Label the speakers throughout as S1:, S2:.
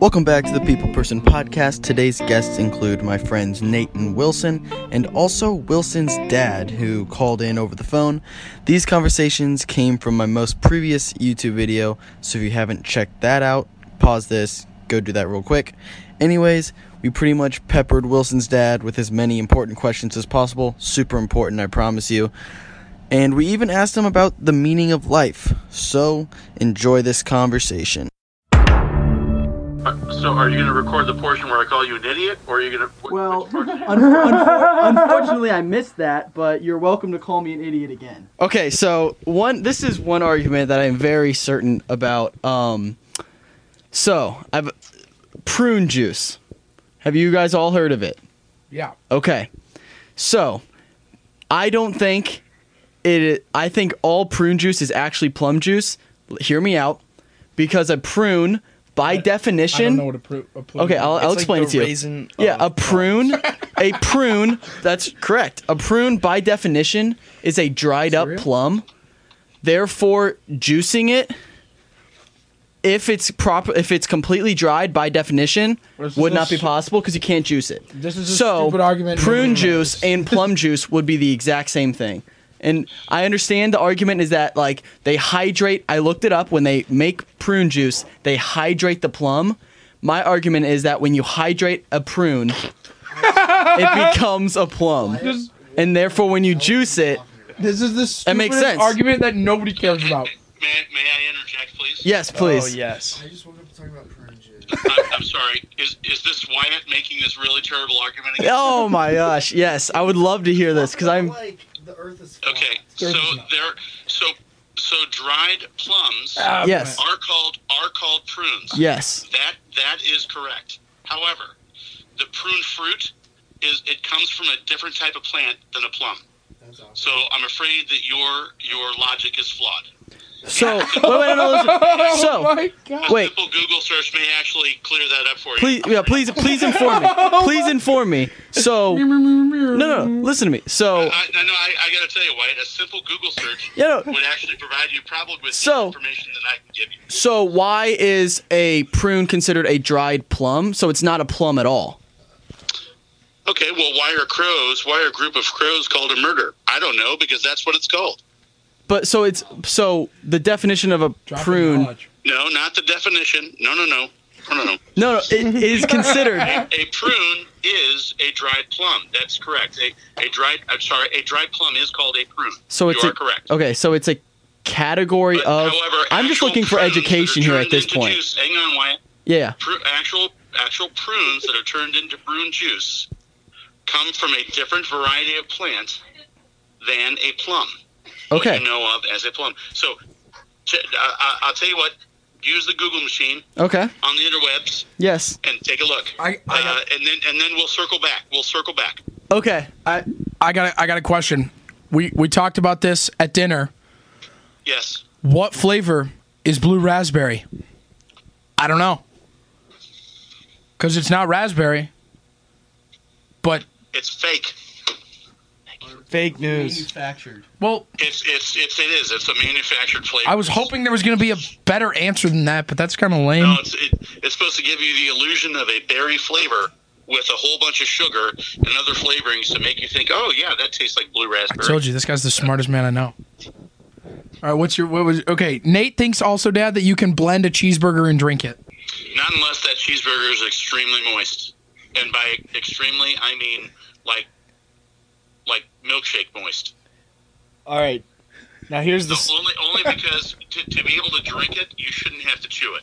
S1: Welcome back to the People Person Podcast. Today's guests include my friends Nate and Wilson, and also Wilson's dad, who called in over the phone. These conversations came from my most previous YouTube video, so if you haven't checked that out, pause this, go do that real quick. Anyways, we pretty much peppered Wilson's dad with as many important questions as possible. Super important, I promise you. And we even asked him about the meaning of life. So enjoy this conversation.
S2: So are you going to record the portion where I call you an idiot, or are you going to?
S3: Well, unfor- unfor- unfortunately, I missed that, but you're welcome to call me an idiot again.
S1: Okay, so one this is one argument that I'm very certain about. Um, so I've prune juice. Have you guys all heard of it?
S4: Yeah.
S1: Okay, so I don't think it. I think all prune juice is actually plum juice. L- Hear me out, because a prune, by
S4: I don't
S1: definition,
S4: know what a, pru- a pru-
S1: Okay, I'll, I'll
S5: It's
S1: explain
S5: like the
S1: it to you.
S5: raisin
S1: yeah,
S5: of
S1: a prune, a prune. That's correct. A prune, by definition, is a dried up
S4: Cereal?
S1: plum. Therefore, juicing it, if it's proper, if it's completely dried, by definition,
S4: This is
S1: would
S4: a
S1: not be
S4: stu-
S1: possible because you can't juice it.
S4: This is a
S1: so
S4: stupid argument no
S1: prune
S4: one
S1: juice
S4: knows.
S1: and plum juice would be the exact same thing. And I understand the argument is that like they hydrate. I looked it up when they make prune juice, they hydrate the plum. My argument is that when you hydrate a prune, it becomes a plum,
S4: This,
S1: and therefore when you juice it,
S4: this is the
S1: That makes
S4: stupidest
S1: sense.
S4: argument that nobody cares about.
S2: May, may I interject, please?
S1: yes,
S5: Oh
S1: please.
S5: yes.
S6: I just woke up to talk about prune juice.
S2: I'm, I'm sorry. Is is this Wyatt making this really terrible argument again?
S1: Oh my gosh, yes, I would love to hear this because I'm
S6: like the Earth is flat.
S2: Okay. So there. So so dried plums
S4: Ah,
S1: Yes.
S2: are called are called prunes.
S1: yes,
S2: That that is correct. However, the prune fruit is it comes from a different type of plant than a plum.
S6: That's awesome.
S2: So I'm afraid that your your logic is flawed.
S1: so wait, wait, no, no, listen.
S4: Oh
S1: So-
S4: my god.
S2: A
S1: Wait.
S2: simple Google search may actually clear that up for you.
S1: please, yeah, please, please inform me. Please inform me. So no, no, no, listen to me. So
S2: I, I know. I, I got to tell you, Wyatt, a simple Google search
S1: yeah, no,
S2: would actually provide you probably with
S1: So-
S2: more information than I can give you.
S1: so why is a prune considered a dried plum? So it's not a plum at all.
S2: Okay, well, why are crows? Why are a group of crows called a murder? I don't know because that's what it's called.
S1: But so it's so the definition of a
S4: Dropping
S1: prune.
S4: knowledge.
S2: No, not the definition. No, no, no, no, no, no.
S1: No, no, it is considered.
S2: A prune is a dried plum. That's correct. A, a dried. I'm sorry. A dried plum is called a prune.
S1: So it's
S2: you
S1: a,
S2: are correct.
S1: Okay, so it's a category
S2: But,
S1: of.
S2: however,
S1: I'm just
S2: actual
S1: looking for
S2: prunes that are
S1: education here at
S2: turned
S1: this
S2: into
S1: point.
S2: Juice, hang on, Wyatt.
S1: Yeah,
S2: Pru- actual actual prunes that are turned into prune juice come from a different variety of plant than a plum. what
S1: Okay.
S2: you know of as a plum. So t- I- I- I'll tell you what. Use the Google machine
S1: okay,
S2: on the interwebs
S1: yes,
S2: and take a look.
S4: I- I
S2: uh,
S4: got-
S2: and then and then we'll circle back. We'll circle back.
S1: okay.
S4: I, I got a, I got a question. We we talked about this at dinner.
S2: Yes.
S4: What flavor is blue raspberry? I don't know. Cuz it's not raspberry. But
S2: It's fake.
S5: Fake news.
S6: Manufactured.
S4: well,
S2: It's it's it's it is. It's a manufactured flavor.
S4: I was hoping there was going to be a better answer than that, but that's kind of lame.
S2: No, it's, it, it's supposed to give you the illusion of a berry flavor with a whole bunch of sugar and other flavorings to make you think, oh yeah, that tastes like blue
S4: I
S2: raspberry.
S4: told you this guy's the smartest man I know. All right, what's your what was okay? Nate thinks also, Dad, that you can blend a cheeseburger and drink it.
S2: Not unless that cheeseburger is extremely moist, and by extremely I mean like like milkshake moist.
S5: All right. Now here's the.
S2: No,
S5: s-
S2: only only because to, to be able to drink it, you shouldn't have to chew it.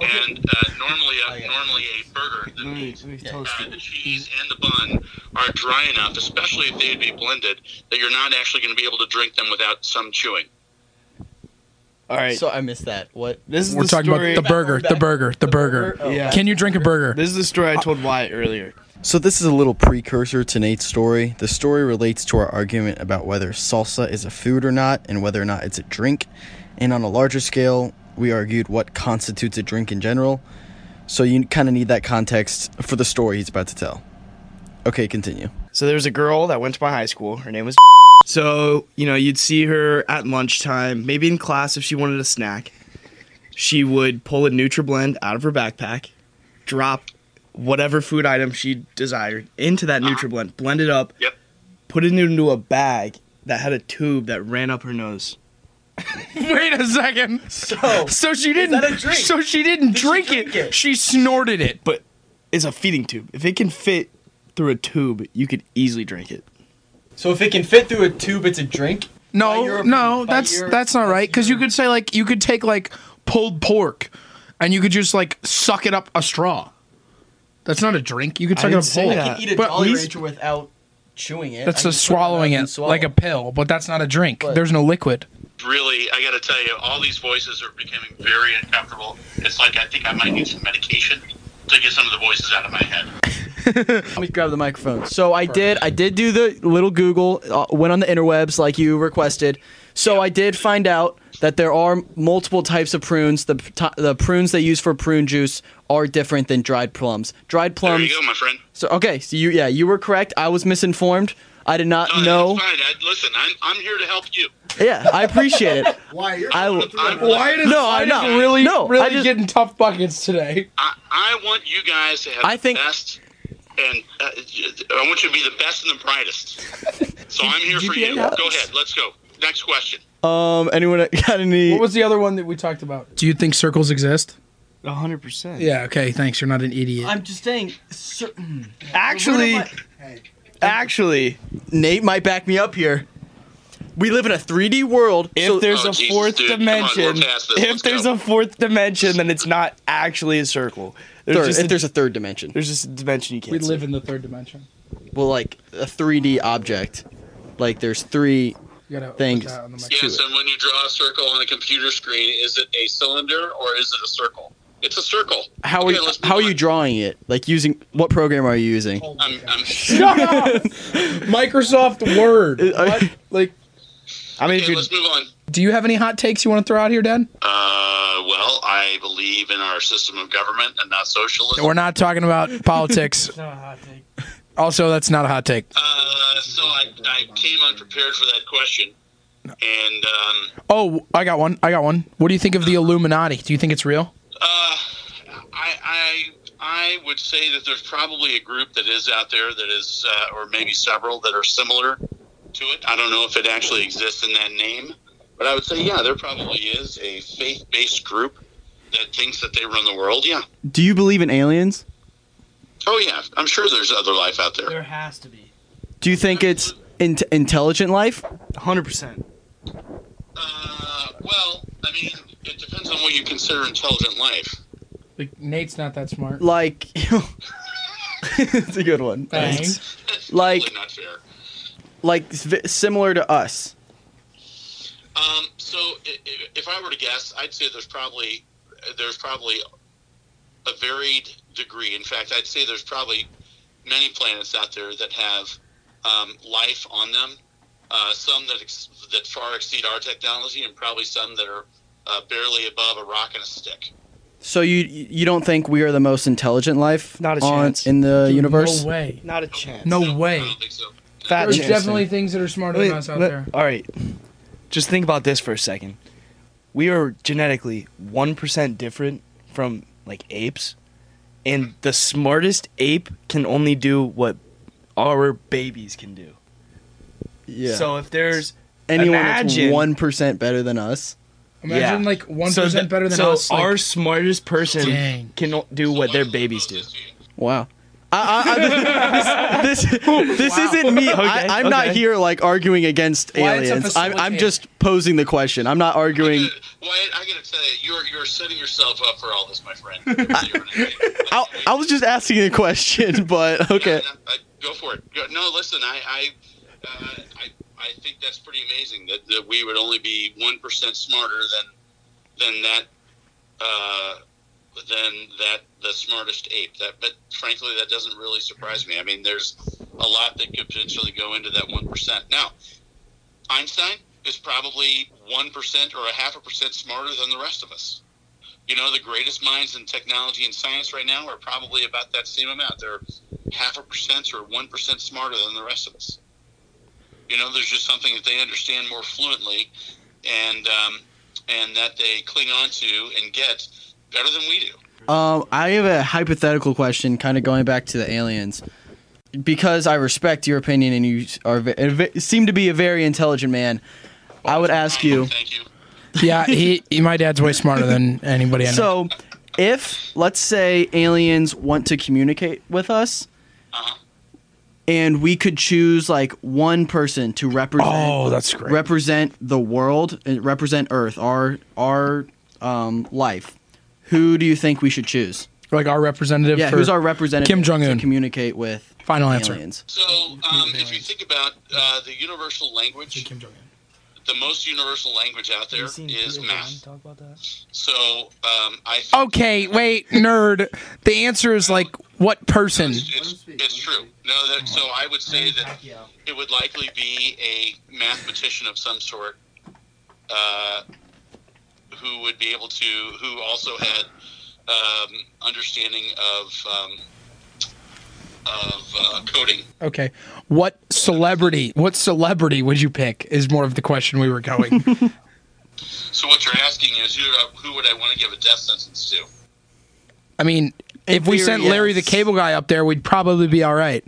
S2: And uh, normally, a, normally a burger, the meat, uh, the cheese, and the bun are dry enough, especially if they'd be blended, that you're not actually going to be able to drink them without some chewing.
S5: All right.
S1: So I missed that. What?
S5: this is
S4: We're
S5: the
S4: talking
S5: story.
S4: about the burger, the burger, the burger.
S5: Yeah.
S4: Can you drink a burger?
S5: This is the story I told Wyatt earlier.
S1: So this is a little precursor to Nate's story. The story relates to our argument about whether salsa is a food or not and whether or not it's a drink. And on a larger scale, we argued what constitutes a drink in general. So you kind of need that context for the story he's about to tell. Okay, continue.
S5: So there was a girl that went to my high school. Her name was. So you know, you'd see her at lunchtime, maybe in class if she wanted a snack. She would pull a NutriBlend out of her backpack, drop whatever food item she desired into that NutriBlend, blend it up,
S2: Yep.
S5: put it into a bag that had a tube that ran up her nose.
S4: Wait a second.
S5: So
S4: So she didn't.
S5: that a drink?
S4: So she didn't drink,
S5: drink
S4: it.
S5: it?
S4: She snorted it.
S5: but it's a feeding tube. If it can fit through a tube, you could easily drink it.
S1: So if it can fit through a tube, it's a drink.
S4: No,
S1: By your-
S4: no,
S1: by
S4: that's
S1: your-
S4: that's not right. Because you could say like you could take like pulled pork, and you could just like suck it up a straw. That's not a drink. You could suck it
S5: didn't
S4: up
S5: say
S4: whole.
S5: that.
S1: I can eat a
S4: But
S1: Jolly
S4: he's-
S1: Rancher without chewing it. I
S4: That's
S1: can
S4: a
S1: put in my
S4: swallowing
S1: mouth
S4: it
S1: and swallow
S4: like a pill, but that's not a drink.
S1: But-
S4: There's no liquid.
S2: Really, I got to tell you, all these voices are becoming very uncomfortable. It's like I think I might need some medication to get some of the voices out of my head.
S1: Let me grab the microphone. So I did. I did do the little Google. Uh, went on the interwebs like you requested. So I did find out that there are multiple types of prunes. The p- t- the prunes they use for prune juice are different than dried plums. Dried
S2: There
S1: plums.
S2: you go, my friend.
S1: So okay. So you yeah you were correct. I was misinformed. I did not
S2: No,
S1: know.
S2: That's Uh, fine. I, listen, I'm, I'm here to help you.
S1: Yeah, I appreciate it.
S6: Why? You're
S1: I
S6: going
S1: will-
S6: through
S2: I'm-
S6: a lot.
S2: Why
S1: does- No, why I'm does not. it
S4: really
S1: really- No, I
S4: really
S1: really just-
S4: getting tough buckets today.
S2: I, I want you guys to have
S1: I think-
S2: the best, and uh, I want you to be the best and the brightest. so I'm here for you.
S1: GPA
S2: Go
S1: helps.
S2: ahead. Let's go. Next question.
S1: Um. Anyone got any?
S4: was the other one that we talked about? Do you think circles exist?
S5: 100%.
S4: Yeah. Okay. Thanks. You're not an idiot.
S1: I'm just saying. Certain,
S5: Actually,
S6: Hey,
S5: actually,
S1: Nate might back me up here. We live in a 3D world.
S5: if
S1: so-
S5: there's
S2: Oh,
S5: a
S2: Jesus,
S5: fourth
S2: dude. Come on, we're
S5: dimension,
S2: past this.
S5: if
S2: Let's
S5: there's
S2: go.
S5: a fourth dimension, then it's not actually a circle. There's
S1: third,
S5: just
S1: if
S5: a,
S1: there's a third dimension,
S5: there's just a dimension you can't.
S4: we
S5: see.
S4: live in the third dimension.
S1: well, like a 3D object, like there's three.
S4: You gotta
S1: Thanks.
S4: put that on the mic.
S2: Yes, and when you draw a circle on a computer screen, is it a cylinder or is it a circle? It's a circle.
S1: How are
S2: Okay,
S1: you,
S2: let's move
S1: how are you
S2: on.
S1: drawing it? Like using what program are you using?
S2: I'm, I'm,
S4: Shut up! Microsoft Word. What? Like,
S5: I mean,
S2: okay,
S5: dude,
S2: let's move on.
S4: do you have any hot takes you want to throw out here, Dad?
S2: Uh, well, I believe in our system of government and not socialism.
S4: We're not talking about politics.
S1: Not a hot take.
S4: Also, that's not a hot take.
S2: Uh, so I, I came unprepared for that question, and um,
S4: Oh, I got one. I got one. What do you think of the Illuminati? Do you think it's real?
S2: Uh, I, I I would say that there's probably a group that is out there that is, uh, or maybe several that are similar to it. I don't know if it actually exists in that name, but I would say yeah, there probably is a faith-based group that thinks that they run the world. Yeah.
S1: Do you believe in aliens?
S2: Oh yeah, I'm sure there's other life out there.
S1: has to be. Do you think it's in- intelligent life?
S5: 100%.
S2: Uh, well, I mean, it depends on what you consider intelligent life.
S4: Like, Nate's not that smart.
S1: Like, it's a good one.
S4: Thanks.
S2: That's
S1: Like-
S2: totally not fair.
S1: Like s- similar to us.
S2: Um, so i- i- if I were to guess, I'd say there's probably there's probably a varied degree. In fact, I'd say there's probably many planets out there that have um, life on them. Uh, some that ex- that far exceed our technology, and probably some that are uh, barely above a rock and a stick.
S1: So you you don't think we are the most intelligent life
S5: Not a
S1: on-
S5: chance.
S1: in the universe?
S4: No way.
S5: Not a chance.
S4: No
S2: I
S4: way.
S2: don't think so.
S5: Fat
S4: There's
S5: chance.
S4: definitely things that are smarter
S5: Wait,
S4: than us out
S5: let-
S4: there.
S5: All right. Just think about this for a second. We are genetically 1% different from like apes, and the smartest ape can only do what our babies can do.
S1: Yeah.
S5: So if there's
S1: anyone
S5: Imagine-
S1: that's one percent better than us.
S4: Imagine
S5: yeah.
S4: like one
S5: so th-
S4: better than
S5: so
S4: us. like-
S5: our smartest person
S4: Dang.
S5: can o- do
S2: So
S5: what
S2: why
S5: their
S2: would I
S5: babies do.
S2: propose this to you?
S1: Wow. I, I, I, this this, this isn't me.
S5: Okay,
S1: I, I'm not
S5: okay.
S1: here like arguing against
S4: Why it's a
S1: aliens. I'm, I'm
S4: facilitator.
S1: just posing the question. I'm not arguing.
S2: Wyatt, I gotta tell you, you're you're setting yourself up for all this, my friend. You're an idiot.
S1: I, I was just asking a question, but okay.
S2: Yeah, yeah, I- go for it. Go, no, listen, I, I, uh, I, I think that's pretty amazing that, that we would only be one percent smarter than than that uh, than that the smartest ape. That, but frankly, that doesn't really surprise me. I mean, there's a lot that could potentially go into that one percent. Now, Einstein is probably one percent or a half a percent smarter than the rest of us. You know, the greatest minds in technology and science right now are probably about that same amount. They're half a percent or one percent smarter than the rest of us. You know, there's just something that they understand more fluently, and um, and that they cling on to and get better than we do.
S1: Um, I have a hypothetical question, kind of going back to the aliens, because I respect your opinion and you are ve- seem to be a very intelligent man. I would ask you.
S2: Thank you.
S4: Yeah, he, he- my dad's way smarter than anybody I know.
S1: So, if let's say aliens want to communicate with us,
S4: Uh-huh.
S1: and we could choose like one person to represent
S4: oh, that's great.
S1: represent the world and represent Earth, our our um, life, who do you think we should choose?
S4: like our representative.
S1: Yeah,
S4: for,
S1: who's our representative
S4: Kim Jong-un.
S1: to communicate with
S4: final answer?
S1: aliens?
S2: So, um, if you think about uh, the universal language, the most universal language out there is math.
S5: talk about that?
S2: So, um, I think
S1: Oh,
S4: Okay, wait, nerd. The answer is like what person?
S2: it's, it's true. No, that, so I would say that it would likely be a mathematician of some sort uh, who would be able to, who also had um, understanding of um, of uh, coding.
S4: Okay, what celebrity? What celebrity would you pick? Is more of the question we were going.
S2: So what you're asking is who, uh, who would I want to give a death sentence to?
S4: I mean, if we
S1: theory,
S4: sent Larry the
S1: yes.
S4: Cable Guy up there, we'd probably be all right.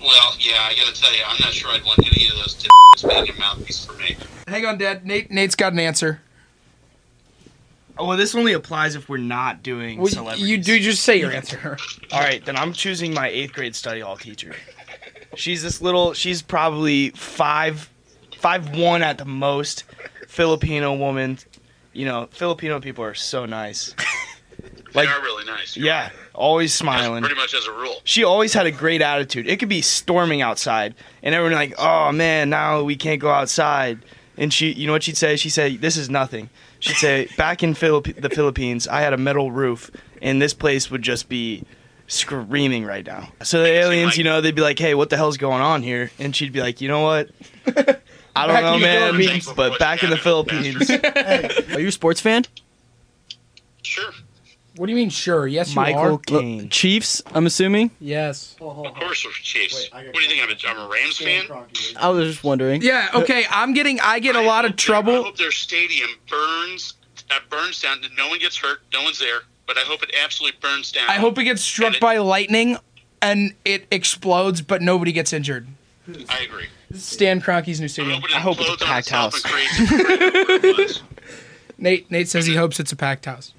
S2: Well, yeah, I gotta tell you, I'm not sure I'd want any of those t- being a mouthpiece for me.
S4: Hang on, Dad. Nate, Nate's got an answer.
S5: Oh, well, this only applies if we're not doing celebrities.
S4: you do just say your answer.
S5: All right, then I'm choosing my eighth grade study hall teacher. She's this little. She's probably five, five one at the most. Filipino woman. You know, Filipino people are so nice. Like,
S2: they are really nice. You're
S5: yeah, always
S2: right. That's
S5: smiling.
S2: pretty much as a rule.
S5: She always had a great attitude. It could be storming outside, and everyone like, "Oh man, now we can't go outside." And she, you know what she'd say? She'd say, "This is nothing." She'd say, "Back in Philip- the Philippines, I had a metal roof, and this place would just be screaming right now." So the aliens, you know, they'd be like, "Hey, what the hell's going on here?" And she'd be like, "You know what?" I don't
S4: Back
S5: know,
S4: in the
S5: man,
S2: Philippines.
S5: but back in the Philippines,
S1: Are you a sports fan?
S2: Sure,
S4: What do you mean? Sure. Yes, you
S5: Michael
S4: are.
S1: Look,
S5: Caine.
S1: Chiefs, I'm assuming.
S4: Yes.
S2: of course we're Chiefs. what do you think? I'm a, I'm a Rams fan.
S1: I was just wondering.
S4: Yeah. Okay. I'm getting. I get a
S2: I
S4: lot
S2: hope
S4: of
S2: their- I
S4: trouble.
S2: hope their stadium burns. That burns down. that No one gets hurt. No one's there. But I hope it absolutely burns down.
S4: I hope it gets struck by lightning and it explodes, but nobody gets injured.
S2: I agree.
S4: Stan Kroenke's new stadium.
S2: it
S5: I hope it's a
S2: implodes on
S5: packed
S2: itself
S5: house.
S2: and creates a great place.
S4: Nate. Nate says he hopes it's a packed house.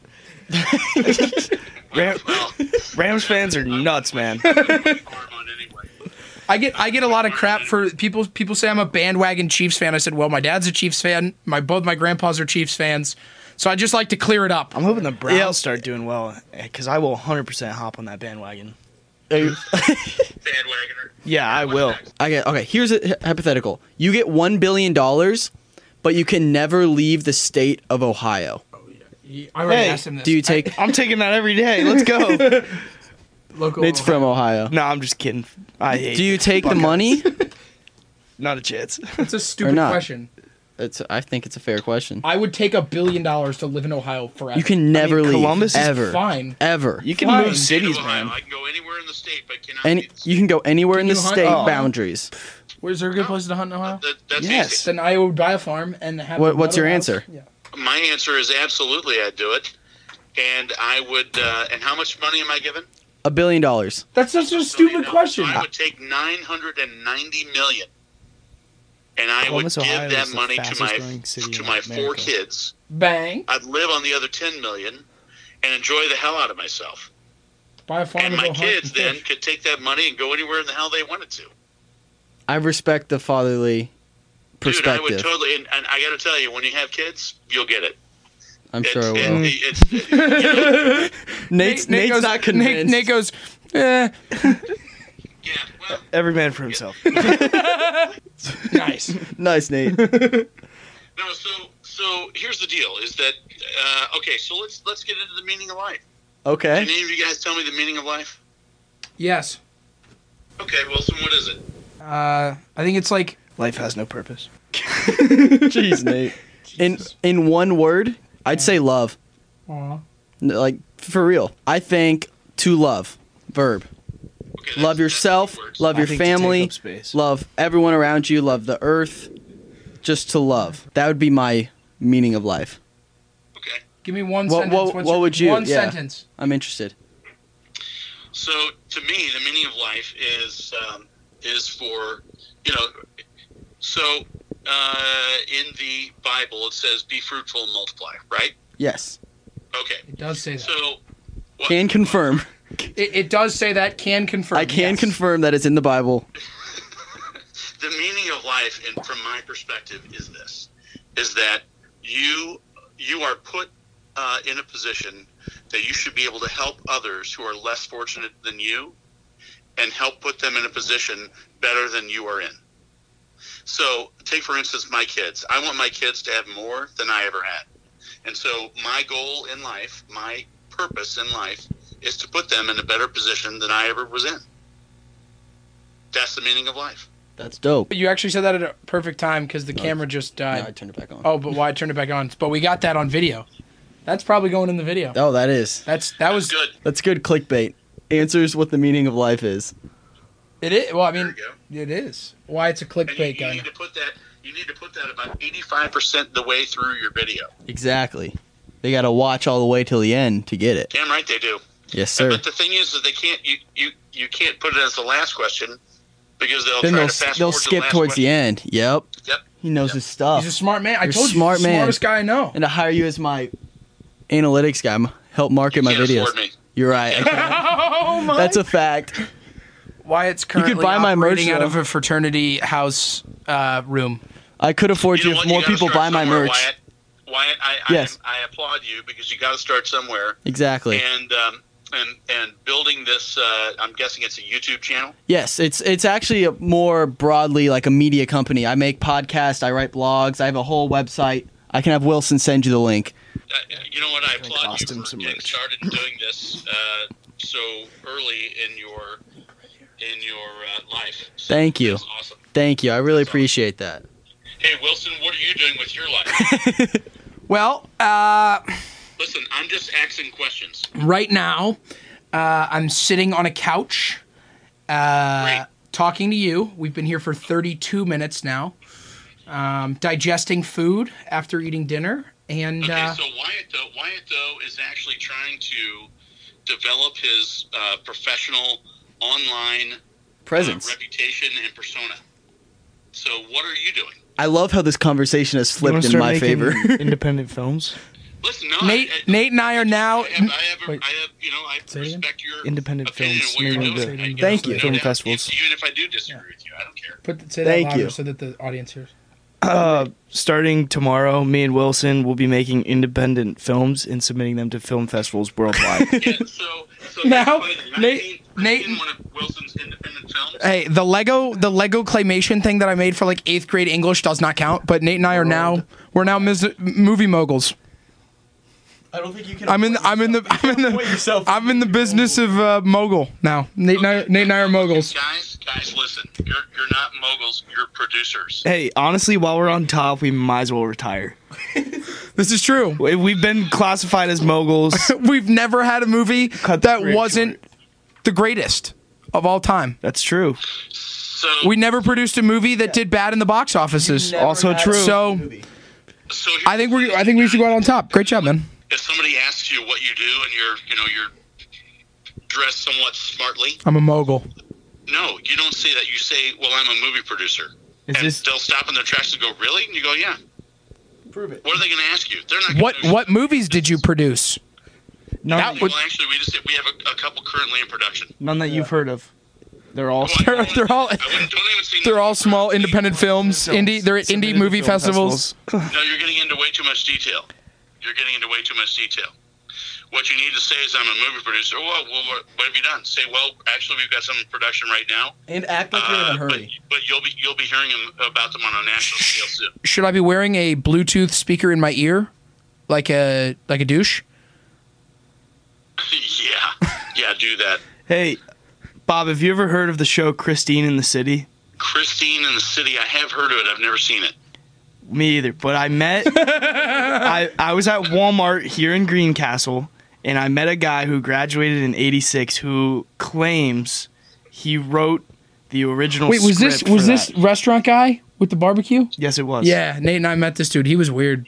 S5: Ram-
S2: well,
S5: Rams fans are nuts, man.
S2: farm on anyway.
S4: I get I get a lot of crap for people. People say I'm a bandwagon Chiefs fan. I said, well, my dad's a Chiefs fan. My both my grandpas are Chiefs fans. So I just like to clear it up.
S5: I'm hoping the Browns start doing well, because I will 100% hop on that bandwagon.
S2: Bandwagoner.
S5: Yeah, I will.
S1: I get okay. Here's a hy- hypothetical. You get one billion dollars, but you can never leave the state of Ohio.
S4: I already
S5: Hey,
S4: asked him this.
S1: Do you take?
S5: I'm taking that every day. Let's go.
S4: local?
S1: Nate's from Ohio.
S5: no, I'm just kidding. I hate.
S1: Do you take the money?
S5: Not a chance.
S4: That's a stupid
S1: not?
S4: question.
S1: It's. I think it's a fair question.
S4: I would take a billion dollars to live in Ohio forever.
S1: You can never leave.
S5: Columbus is
S1: ever.
S4: fine.
S1: Ever.
S5: You can
S4: Fine.
S5: move cities,
S2: Ohio.
S5: man.
S2: I can go anywhere in the state, but cannot.
S1: and
S2: leave the
S1: you can go anywhere in
S4: Can
S1: the
S4: you hunt-
S1: state
S4: Oh.
S1: boundaries.
S4: Where's there good places to hunt in Ohio?
S2: That, that's
S5: Yes.
S2: easy.
S4: Then I would buy a farm and have.
S1: What- what's
S4: another
S1: your
S4: house.
S1: answer?
S4: Yeah.
S2: My answer is absolutely I'd do it. And I would. Uh, and how much money am I given?
S1: A billion dollars.
S4: That's such a stupid question.
S2: I would take nine hundred and ninety million, and I
S5: Columbus,
S2: would give
S5: Ohio
S2: that
S5: is the
S2: money to my
S5: fastest-growing city
S2: to
S5: in
S2: my four
S5: America.
S2: kids.
S4: Bang.
S2: I'd live on the other ten million, and enjoy the hell out of myself.
S4: Buy a farm
S2: and
S4: and
S2: my
S4: go hunt
S2: kids
S4: and
S2: then
S4: fish.
S2: could take that money and go anywhere in the hell they wanted to.
S1: I respect the fatherly
S2: Dude, I would
S1: perspective.
S2: totally. And, and I got to tell you, when you have kids, you'll get it.
S1: I'm
S2: It's,
S1: sure I
S2: it-
S1: will.
S2: it's,
S1: Nate's,
S4: Nate
S1: Nate's
S4: goes-
S1: not
S4: Nate,
S1: convinced.
S4: Nate goes. Eh,
S2: yeah. Well,
S5: Every man for himself.
S4: nice.
S1: nice, Nate.
S2: No, so so here's the deal: is that uh, okay? So let's let's get into the meaning of life. Can
S1: Okay.
S2: any of you guys tell me the meaning of life?
S4: yes.
S2: Okay, Wilson, what is it?
S4: Uh, I think it's like
S5: Life has no purpose.
S1: Jeez, Nate. In in one word, I'd say love.
S4: Aw.
S1: N- Like for real. I think to love. Verb.
S2: Okay, that's-
S1: Love
S2: that's
S1: yourself,
S2: the words.
S1: love
S5: I
S1: your
S5: think to take
S1: family,
S5: up space.
S1: love everyone around you, love the earth. Just to love. That would be my meaning of life.
S2: Okay.
S4: Give me one
S7: What-
S4: sentence.
S7: what-
S4: What's
S7: what
S4: your-
S7: would you-
S4: One
S7: yeah.
S4: sentence.
S7: I'm interested.
S2: So to me, the meaning of life is um, is for you know. So uh, in the Bible, it says, "Be fruitful and multiply." Right?
S7: Yes.
S2: Okay.
S4: It does say that.
S2: So what-
S7: Can confirm.
S4: it, it does say that. Can confirm.
S7: I can
S4: yes.
S7: confirm that it's in the Bible.
S2: the meaning of life, and from my perspective, is this: is that you you are put uh, in a position that you should be able to help others who are less fortunate than you, and help put them in a position better than you are in. So, take for instance my kids. I want my kids to have more than I ever had, and so my goal in life, my purpose in life, is to put them in a better position than I ever was in. That's the meaning of life.
S7: That's dope.
S4: You actually said that at a perfect time because the camera just
S7: Now
S4: died.
S7: I turned it back on.
S4: Oh, but why I turned it back on? But we got that on video. That's probably going in the video.
S7: Oh, that is.
S4: That's that was
S2: Good.
S7: That's good clickbait. Answers what the meaning of life is.
S4: it. Is, well, I mean,
S2: There
S4: it is. Why it's a
S2: And you,
S4: clickbait
S2: you
S4: guy.
S2: need to put that. You need to put that about eighty-five percent the way through your video.
S7: Exactly. They got to watch all the way till the end to get it.
S2: Damn right they do.
S7: Yes, sir.
S2: But the thing is that they can't. You you you can't put it as the last question because they'll
S7: Then
S2: try
S7: they'll,
S2: to fast
S7: they'll
S2: forward to
S7: skip
S2: the last
S7: towards
S2: question.
S7: the end. Yep.
S2: Yep.
S7: He knows his stuff.
S4: He's a smart man. I
S7: You're a
S4: told you,
S7: smart
S4: he's the
S7: man.
S4: smartest guy I know.
S7: and to hire you as my analytics guy, m- help market
S2: You
S7: my
S2: can't
S7: videos.
S2: afford me.
S7: You're right. I can't.
S4: Oh my!
S7: That's a fact.
S4: Wyatt's currently
S7: could buy my
S4: operating
S7: merch,
S4: out
S7: though.
S4: of a fraternity house uh, room.
S7: I could afford
S2: You
S7: you,
S2: know
S7: if
S2: what?
S7: more
S2: You gotta
S7: people buy
S2: start
S7: my
S2: somewhere,
S7: merch.
S2: Wyatt, Wyatt I,
S7: Yes.
S2: I, I applaud you because you got to start somewhere.
S7: Exactly.
S2: And um, and and building this. Uh, I'm guessing it's a YouTube channel.
S7: Yes, it's it's actually a more broadly like a media company. I make podcasts, I write blogs, I have a whole website. I can have Wilson send you the link.
S2: Uh, you know what? I applaud you
S5: cost him
S2: for
S5: some
S2: getting
S5: merch.
S2: started doing this uh, so early in your in your uh, life. So
S7: Thank you.
S2: that's Awesome.
S7: Thank you. I really appreciate that.
S2: Hey Wilson, what are you doing with your life?
S4: Well, uh,
S2: Listen, I'm just asking questions.
S4: right now, uh, I'm sitting on a couch, uh,
S2: Great.
S4: talking to you. We've been here for 32 minutes now, um, digesting food after eating dinner, and
S2: Okay,
S4: uh,
S2: so Wyatt though, Wyatt though is actually trying to develop his uh, professional online uh,
S7: Presence.
S2: reputation and persona. So what are you doing?
S7: I love how this conversation has
S5: You wanna
S7: flipped in
S5: start
S7: my
S5: making
S7: favor.
S5: independent films,
S2: Listen, no, I-
S4: Nate,
S2: I,
S4: Nate, and I are now.
S2: I have, I have,
S5: Wait.
S2: I have you know, I
S4: it again?
S2: respect your
S5: independent
S2: opinion
S5: films,
S2: and what
S5: maybe
S2: you're
S5: the-
S2: doing. I-
S7: Thank you.
S2: no
S5: film
S2: doubt,
S5: festivals.
S2: Even if I do disagree with you, I don't care.
S4: Put, say
S7: Thank
S4: that louder
S7: you.
S4: so that the audience hears.
S5: Uh, starting tomorrow, me and Wilson will be making independent films and submitting them to film festivals worldwide.
S2: Yeah, so, so
S4: Now,
S2: that's funny. I've
S4: Nate-
S2: seen- I've
S4: Nate-
S2: seen one of Wilson's independent films.
S4: Hey, the Lego the Lego claymation thing that I made for like eighth grade English does not count. But Nate and I are now we're now mis- movie moguls.
S7: I don't think you can
S4: I'm in the, I'm in the I'm in the I'm in the business of uh, mogul now. Nate and I, Nate and I are moguls.
S2: Guys, guys, listen. You're, you're not moguls. You're producers.
S5: hey, honestly, while we're on top, we might as well retire.
S4: This is true.
S5: We- We've been classified as moguls.
S4: We've never had a movie
S5: Cut the
S4: that
S5: bridge
S4: wasn't the greatest of all time.
S5: That's true.
S2: So,
S4: We never produced a movie that did bad in the box offices.
S5: Also true.
S4: So
S2: so here's
S4: I think we
S2: the
S4: I
S2: thing,
S4: think we should go
S2: guys.
S4: out on top. Great job, man.
S2: If somebody asks you what you do and you're you know you're dressed somewhat smartly,
S4: I'm a mogul.
S2: no, you don't say that. You say, "Well, I'm a movie producer."
S5: Is
S2: and
S5: this
S2: they'll stop in their tracks and go, "Really?" And you go, "Yeah."
S3: Prove it.
S2: What are they going to ask you? They're not. gonna
S4: What
S2: know
S4: what movies did you produce?
S5: none
S4: that
S5: that,
S2: shit. Well, actually, we just we have a, a couple currently in production.
S5: none that you've heard of? They're all.
S2: Well, I
S4: They're-
S2: don't-
S4: they're all-
S2: I wouldn't- don't even say
S4: They're
S2: no.
S4: all small independent films. Indie they're at indie
S5: Submitted to
S4: movie
S5: film
S4: festivals.
S2: No, you're getting into way too much detail. You're getting into way too much detail. What you need to say is, I'm a movie producer. Well, well what, what have you done? Say, well, actually, we've got some in production right now.
S7: and act like you're in
S2: Uh,
S7: a
S2: but,
S7: hurry.
S2: but you'll be you'll be hearing about them on a national scale soon.
S4: Should I be wearing a Bluetooth speaker in my ear? Like a like a douche?
S2: yeah, yeah, do that.
S5: Hey, Bob, have you ever heard of the show Christine in the City?
S2: Christine in the City. I have heard of it. I've never seen it.
S5: Me either. But I met I, I was at Walmart here in Greencastle and I met a guy who graduated in eighty six who claims he wrote the original
S4: Wait, was this
S5: script for
S4: was this
S5: that.
S4: restaurant guy with the barbecue?
S5: Yes it was.
S4: Yeah, Nate and I met this dude. He was weird.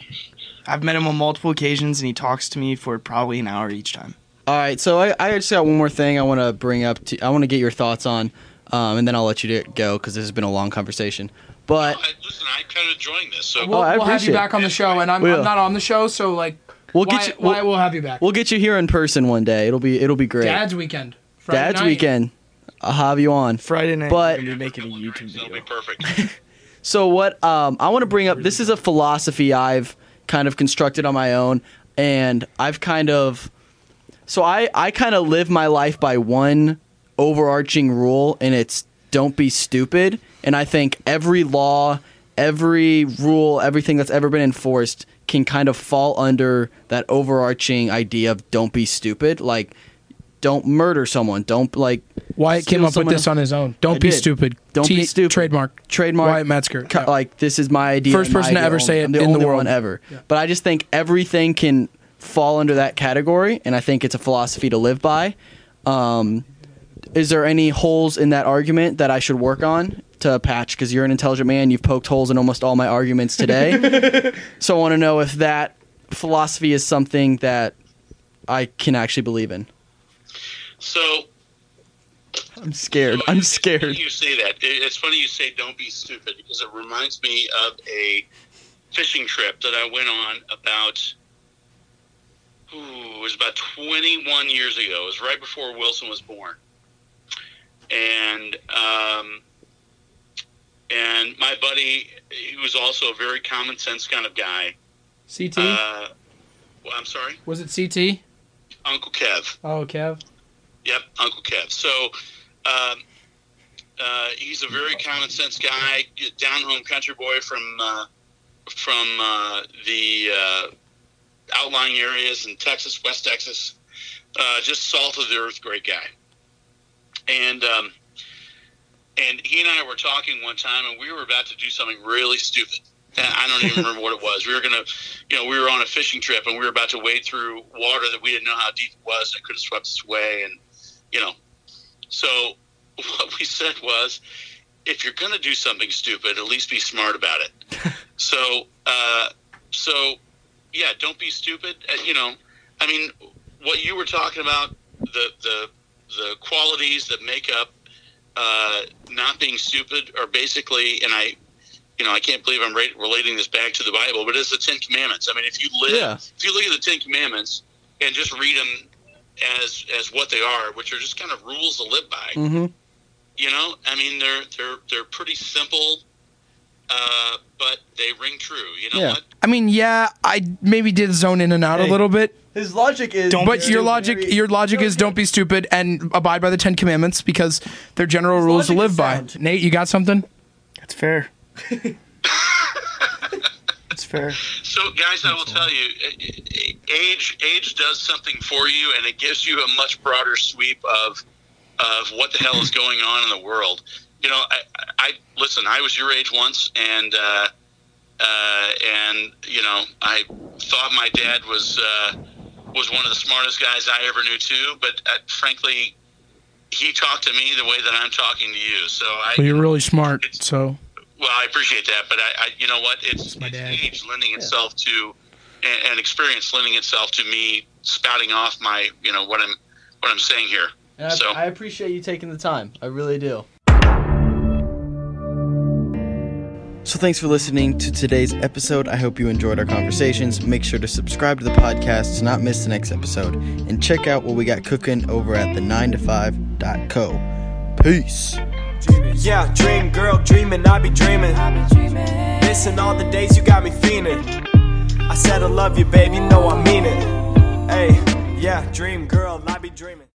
S5: I've met him on multiple occasions, and he talks to me for probably an hour each time.
S1: All right, so I, I just got one more thing I want to bring up. To, I want to get your thoughts on, um, and then I'll let you do- go because this has been a long conversation. But
S2: I, listen, I'm kind of enjoying this. So
S4: We'll,
S1: Oh, I
S4: we'll have
S1: appreciate
S4: you back on the show, and I'm,
S1: We'll.
S4: I'm not on the show, so like,
S1: We'll
S4: why,
S1: get you-
S4: why
S1: we'll-
S4: we'll have you back.
S1: we'll get you here in person one day. It'll be it'll be great.
S4: Dad's weekend. Friday
S1: Dad's
S4: night.
S1: weekend. I'll have you on.
S5: Friday night,
S1: But-
S5: we're gonna be making a YouTube
S2: That'll be
S5: video.
S2: perfect.
S1: So what um, I want to bring up this is a philosophy I've kind of constructed on my own, and I've kind of so I I kind of live my life by one overarching rule, and it's don't be stupid. And I think every law, every rule, everything that's ever been enforced can kind of fall under that overarching idea of don't be stupid. Like, don't murder someone. Don't like
S4: Wyatt came
S1: steal
S4: up with
S1: someone
S4: this
S1: el-
S4: on his own. Don't
S1: I
S4: be
S1: did.
S4: stupid.
S1: Don't
S4: T-
S1: be stupid.
S4: Trademark.
S1: trademark
S4: Wyatt Metzger.
S1: co-
S4: Yeah.
S1: like this is my idea.
S4: First
S1: and my
S4: person to
S1: idea
S4: ever
S1: only.
S4: say it
S1: I'm the
S4: in the
S1: only
S4: world.
S1: one ever.
S4: Yeah.
S1: But I just think everything can fall under that category, and I think it's a philosophy to live by. Um, is there any holes in that argument that I should work on to patch? Because you're an intelligent man, you've poked holes in almost all my arguments today. so I want to know if that philosophy is something that I can actually believe in.
S2: So
S1: I'm scared. I'm
S2: It's funny
S1: scared.
S2: You say that. It- It's funny you say don't be stupid because it reminds me of a fishing trip that I went on about. Ooh, it was about 21 years ago. It was right before Wilson was born, and um, and my buddy, he was also a very common sense kind of guy.
S4: CT?
S2: Uh, well, I'm sorry,
S4: was it CT?
S2: Uncle Kev.
S4: Oh, Kev.
S2: Yep, Uncle Kev. So um, uh, he's a very common sense guy, down home country boy from uh, from uh, the uh, outlying areas in Texas, West Texas. Uh, just salt of the earth, great guy. And um, and he and I were talking one time, and we were about to do something really stupid. And I don't even remember what it was. We were gonna, you know, we were on a fishing trip, and we were about to wade through water that we didn't know how deep it was. It could have swept us away, and you know. So what we said was, if you're going to do something stupid, at least be smart about it. so, uh, so yeah, don't be stupid. Uh, you know, I mean, what you were talking about the the the qualities that make up uh, not being stupid are basically, and I. You know, I can't believe I'm re- relating this back to the Bible, but it's the Ten Commandments. I mean, if you live,
S1: Yeah.
S2: if you look at the Ten Commandments and just read them as as what they are, which are just kind of rules to live by.
S1: hmm
S2: You know, I mean, they're they're they're pretty simple, uh, but they ring true. You know
S1: Yeah.
S2: what?
S4: I mean, yeah, I maybe did zone in and out a little bit,
S1: His logic is
S5: Don't
S4: but your logic,
S1: very-
S4: your logic is don't be stupid and abide by the Ten Commandments because they're general rules to
S8: logic
S4: live
S8: is
S4: by.
S8: sound.
S4: Nate, you got something?
S5: That's fair. It's fair.
S2: So, guys, I will tell you, a- a- age age does something for you, and it gives you a much broader sweep of of what the hell is going on in the world. You know, I, I listen. I was your age once, and uh, uh, and you know, I thought my dad was uh, was one of the smartest guys I ever knew too. But uh, frankly, he talked to me the way that I'm talking to you. So I,
S4: Well, you're really smart, so
S2: well, I appreciate that, but I, I you know what? It's,
S4: my
S2: it's
S4: dad.
S2: age lending itself to and, and experience lending itself to me spouting off my you know what I'm what I'm saying here.
S1: And I,
S2: So-
S1: I appreciate you taking the time. I really do.
S9: So, thanks for listening to today's episode. I hope you enjoyed our conversations. Make sure to subscribe to the podcast to not miss the next episode. And check out what we got cooking over at the 9to5.co. Peace.
S10: Yeah, dream girl, dreaming, I be dreaming. Missing all the days you got me fiending. I said I love you, babe, you know I mean it. Hey, yeah, dream girl, I be dreaming.